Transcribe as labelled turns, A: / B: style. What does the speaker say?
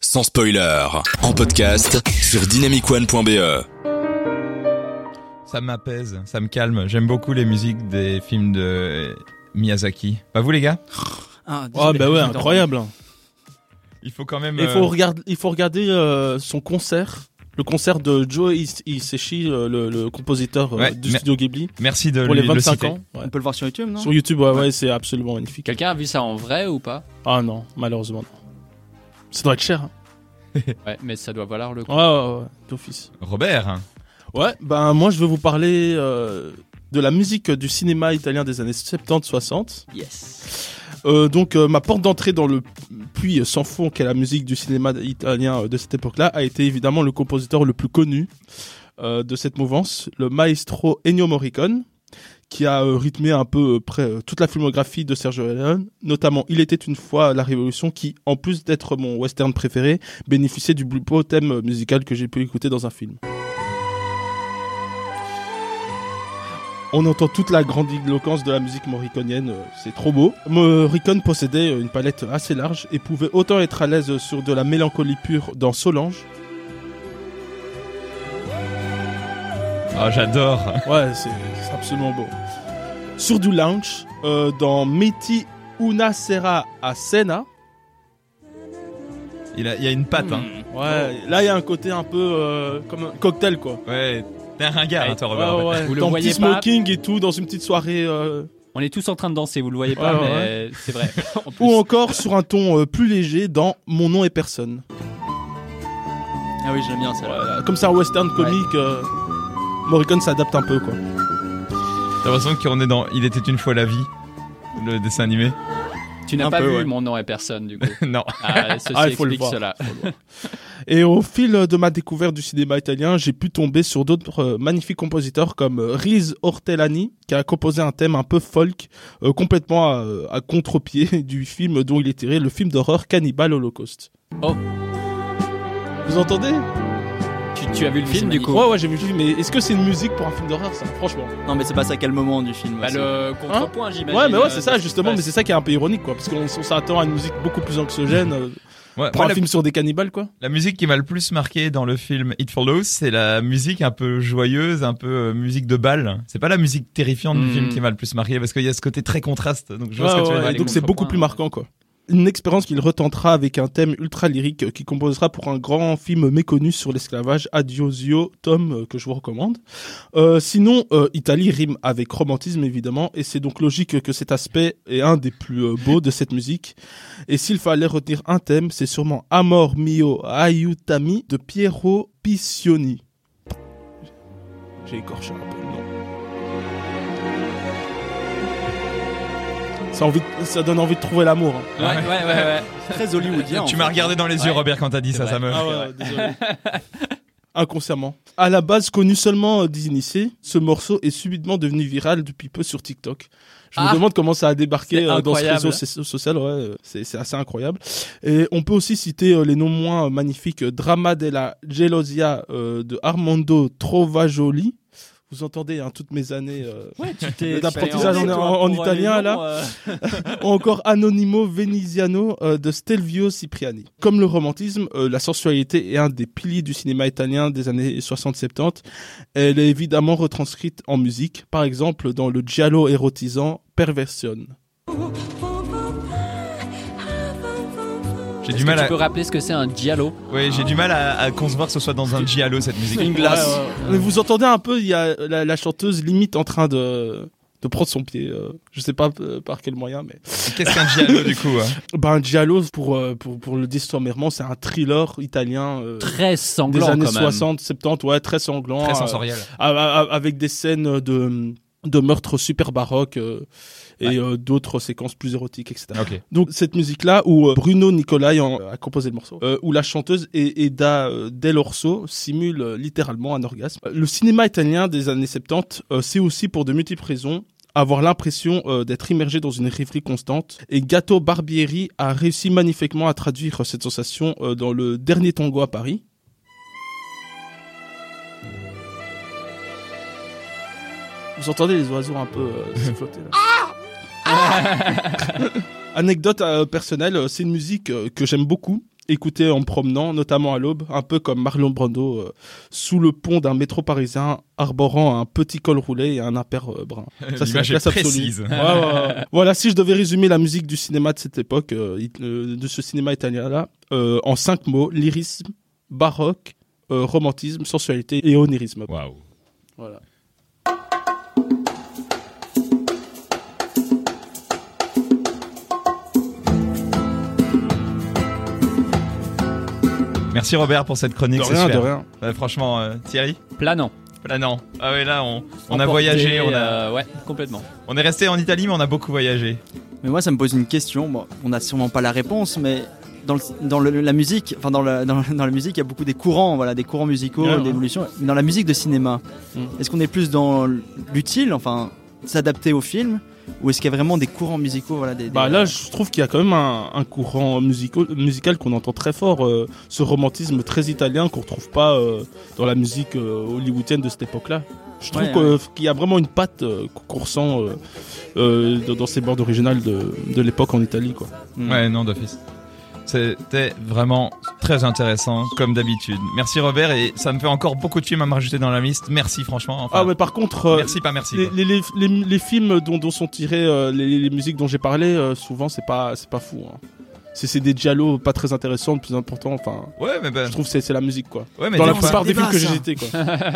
A: sans spoiler, en podcast sur dynamicone.be.
B: Ça m'apaise, ça me calme. J'aime beaucoup les musiques des films de euh, Miyazaki. Pas vous les gars
C: Ah,
D: Ah
C: désolé,
D: bah ouais,
C: je m'étais
D: incroyable.
B: Il faut quand même.
D: Il
B: euh,
D: faut regarder, il faut regarder euh, son concert, le concert de Joe Is- Hisaishi, euh, le, le compositeur euh,
B: Ouais,
D: du
B: mais-
D: studio Ghibli,
B: Merci de
D: pour
B: lui,
D: les
B: le
D: 25
B: citer.
D: ans. ouais.
C: On peut le voir sur YouTube, non
D: Sur YouTube, ouais, ouais, c'est absolument magnifique.
E: Quelqu'un a vu ça en vrai ou pas
D: Ah non, malheureusement non. Ça doit être cher. hein.
E: Ouais, mais ça doit valoir le coup.
D: Ouais, ouais, ouais, d'office.
B: Robert,
D: Ouais, ben moi je vais vous parler euh, de la musique euh, du cinéma italien des années 70-60.
C: Yes.
D: Euh, donc euh, ma porte d'entrée dans le puits sans fond qu'est la musique du cinéma italien euh, de cette époque-là a été évidemment le compositeur le plus connu euh, de cette mouvance, le maestro Ennio Morricone, qui a euh, rythmé un peu euh, près euh, toute la filmographie de Sergio Leone, notamment Il était une fois la Révolution, qui en plus d'être mon western préféré, bénéficiait du plus beau thème euh, musical que j'ai pu écouter dans un film. On entend toute la grandiloquence de la musique morriconienne, euh, c'est trop beau. Morricone possédait euh, une palette assez large et pouvait autant être à l'aise sur de la mélancolie pure dans Solange.
B: Ah, j'adore.
D: Ouais, c'est c'est absolument beau. Sur du lounge, euh, dans Metti Una Sera a Sena.
B: Il a, il y a une patte. Hein.
E: Hmm.
D: Ouais, là il y a un côté un peu euh, comme un cocktail quoi.
B: Ouais, t'es un ringard, hein, toi, Robert.
D: Mm. ouais, ouais.
E: Vous le
D: Dans
E: voyez
D: petit
E: pas.
D: smoking et tout, dans une petite soirée. euh,
E: On est tous en train de danser, vous le voyez pas,
D: Ouais, Ah,
E: mais
D: ouais, Oh.
E: c'est vrai. En plus,
D: Ou encore sur un ton euh, plus léger dans Mon nom est personne.
C: Ah oui, j'aime bien ça.
D: Voilà, Comme c'est un western comique, euh, Morricone s'adapte un peu quoi.
B: T'as l'impression qu'on est dans Il était une fois la vie, le dessin animé
E: tu n'as
D: un
E: pas
D: peu,
E: vu
D: ouais.
E: mon nom et personne du coup.
B: Non.
E: Ah, ceci
D: Ah, il faut le
E: explique
D: voir.
E: cela.
D: Et au fil de ma découverte du cinéma italien, j'ai pu tomber sur d'autres euh, magnifiques compositeurs comme euh, Riz Ortellani, qui a composé un thème un peu folk, euh, complètement à, à contre-pied du film dont il est tiré, le film d'horreur Cannibal Holocaust.
E: Oh.
D: Vous entendez
E: Tu, tu as vu le
C: C'est
E: film du
C: magnifique.
E: coup
D: Ouais, ouais, j'ai vu le film, mais est-ce que c'est une musique pour un film d'horreur, ça Franchement.
C: Non, mais c'est pas ça quel moment du film.
E: Bah,
C: aussi.
E: le contrepoint, j'imagine.
D: Hein Ouais, mais ouais,
E: euh,
D: c'est ça,
E: parce-
D: justement,
E: bah,
D: mais c'est ça qui est un peu ironique, quoi, parce qu'on on s'attend à une musique beaucoup plus anxiogène. euh,
B: Ouais,
D: pour
B: moi,
D: un
B: la,
D: film sur des cannibales, quoi.
B: la musique qui m'a le plus marqué dans le film It Follows, c'est la musique un peu joyeuse, un peu euh, musique de bal. C'est pas la musique terrifiante du
E: Mhm.
B: film qui m'a le plus marqué parce qu'il y a ce côté très contraste. Donc je vois
D: Hmm. Ouais,
B: ce que tu veux
D: ouais,
B: dire.
D: et donc
E: les
D: c'est beaucoup
E: contrepoints.
D: plus marquant quoi. Une expérience qu'il retentera avec un thème ultra lyrique euh, qu'il composera pour un grand film méconnu sur l'esclavage, Adiosio Tom, euh, que je vous recommande. Euh, sinon, euh, Italie rime avec romantisme évidemment, et c'est donc logique que cet aspect est un des plus euh, beaux de cette musique. Et s'il fallait retenir un thème, c'est sûrement Amor mio aiutami de Piero Piccioni. J'ai écorché un peu, non. Ça, envie de- ça donne envie de trouver l'amour. hein.
E: Ouais, ouais, ouais, ouais.
C: très hollywoodien.
B: Tu
C: en
B: m'as
C: fait.
B: regardé dans les yeux,
E: Ouais.
B: Robert, quand t'as dit
E: C'est
B: ça,
E: vrai.
B: ça me.
D: Ah ouais, désolé. Inconsciemment. À la base connu seulement euh, des initiés, ce morceau est subitement devenu viral depuis peu sur TikTok. Je
E: Ah.
D: me demande comment ça a débarqué
E: C'est
D: euh, dans ce
E: incroyable.
D: réseau so- social. Ouais, euh, c'est c'est assez incroyable. Et on peut aussi citer euh, les non moins euh, magnifiques euh, Drama della Gelosia euh, de Armando Trovajoli. Vous entendez hein, toutes mes années. euh,
C: Ouais, tu
D: Le
C: t'es.
D: d'apprentissage en- en-
E: euh,
D: en italien, là. ou encore Anonimo Veneziano euh, de Stelvio Cipriani. Comme le romantisme, euh, la sensualité est un des piliers du cinéma italien des années 60-70. Elle est évidemment retranscrite en musique, par exemple dans le giallo érotisant Perversion.
B: J'ai
E: Est-ce
B: du
E: que
B: mal
E: Tu peux
B: à.
E: rappeler ce que c'est un giallo
B: Ouais, j'ai du mal à, à concevoir que ce soit dans un giallo cette musique.
C: Une glace.
D: Mais vous entendez un peu, il y a la, la chanteuse limite en train de de prendre son pied, euh, je sais pas euh, par quel moyen, mais
B: Qu'est-ce qu'un giallo du coup hein
D: ben un giallo pour euh, pour pour le dire sommairement, c'est un thriller italien euh,
E: Très
D: des
E: sanglant
D: années
E: quand même.
D: 60, 70, ouais, très sanglant,
B: Très
D: euh,
B: sensoriel.
D: Ah, ah, ah, avec des scènes de de meurtres super baroques euh, et euh, d'autres séquences plus érotiques, etc.
B: Ok.
D: Donc cette musique-là, où euh, Bruno Nicolai en- a composé le morceau, euh, où la chanteuse et Eda euh, Del Orso simule euh, littéralement un orgasme. Euh, Le cinéma italien des années 70, euh, c'est aussi pour de multiples raisons avoir l'impression euh, d'être immergé dans une rêverie constante. Et Gato Barbieri a réussi magnifiquement à traduire cette sensation euh, dans le dernier tango à Paris. Vous entendez les oiseaux un peu euh, se flotter là Anecdote euh, personnelle, euh, c'est une musique euh, que j'aime beaucoup. écouter en promenant, notamment à l'aube, un peu comme Marlon Brando euh, sous le pont d'un métro parisien, arborant un petit col roulé et un impair euh, brun. Ça, c'est la
B: L'image est
D: classe absolue.
B: précise.
D: Ouais, ouais, ouais. voilà, si je devais résumer la musique du cinéma de cette époque, euh, it- euh, de ce cinéma italien-là, euh, en cinq mots, lyrisme, baroque, euh, romantisme, sensualité et onirisme.
B: Waouh.
D: Voilà.
B: Merci Robert pour cette
D: De
B: chronique. c'est
D: rien, de
B: super.
D: rien.
B: Ouais, franchement, euh, Thierry
E: Planant.
B: Là non. Ah ouais, là on, on a
E: Emporté,
B: voyagé, on, a,
E: euh, ouais, complètement.
B: on est resté en Italie, mais on a beaucoup voyagé.
C: Mais moi, ça me pose une question. Bon, on n'a sûrement pas la réponse, mais dans, le- dans le- la musique, enfin dans la, dans, dans la musique, il y a beaucoup des courants, voilà, des courants musicaux,
D: Ouais, ouais.
C: d'évolution. Mais dans la musique de cinéma,
D: Mm.
C: est-ce qu'on est plus dans l'utile, enfin s'adapter au film, ou est-ce qu'il y a vraiment des courants musicaux, voilà, des, euh, des-
D: Bah là, je trouve qu'il y a quand même un, un courant musical, musical qu'on entend très fort, euh, ce romantisme très italien qu'on retrouve pas euh, dans la musique euh, hollywoodienne de cette époque-là. Je trouve
C: Ouais,
D: que- qu'il y a vraiment une patte euh, qu'on ressent euh, euh, dans- dans ces bandes originales de, de l'époque en Italie, quoi.
C: Mm.
B: Ouais, non, d'office. C'était vraiment très intéressant, comme d'habitude. Merci Robert, et ça me fait encore beaucoup de films à me rajouter dans la liste. Merci franchement. Enfin,
D: Ah, mais par contre, euh,
B: merci, pas merci.
D: les,
B: quoi.
D: les, les, les- les films dont, dont sont tirés euh, les, les musiques dont j'ai parlé, euh, souvent c'est pas c'est pas fou. hein. C'est c'est des dialogues pas très intéressants, le plus important. Enfin,
B: Ouais, mais, bah,
D: je trouve que c'est c'est la musique quoi.
B: ouais, mais
D: Dans
B: des
D: la
B: fois-
D: plupart des
C: débat,
D: films que j'ai
C: ça.
D: cités quoi.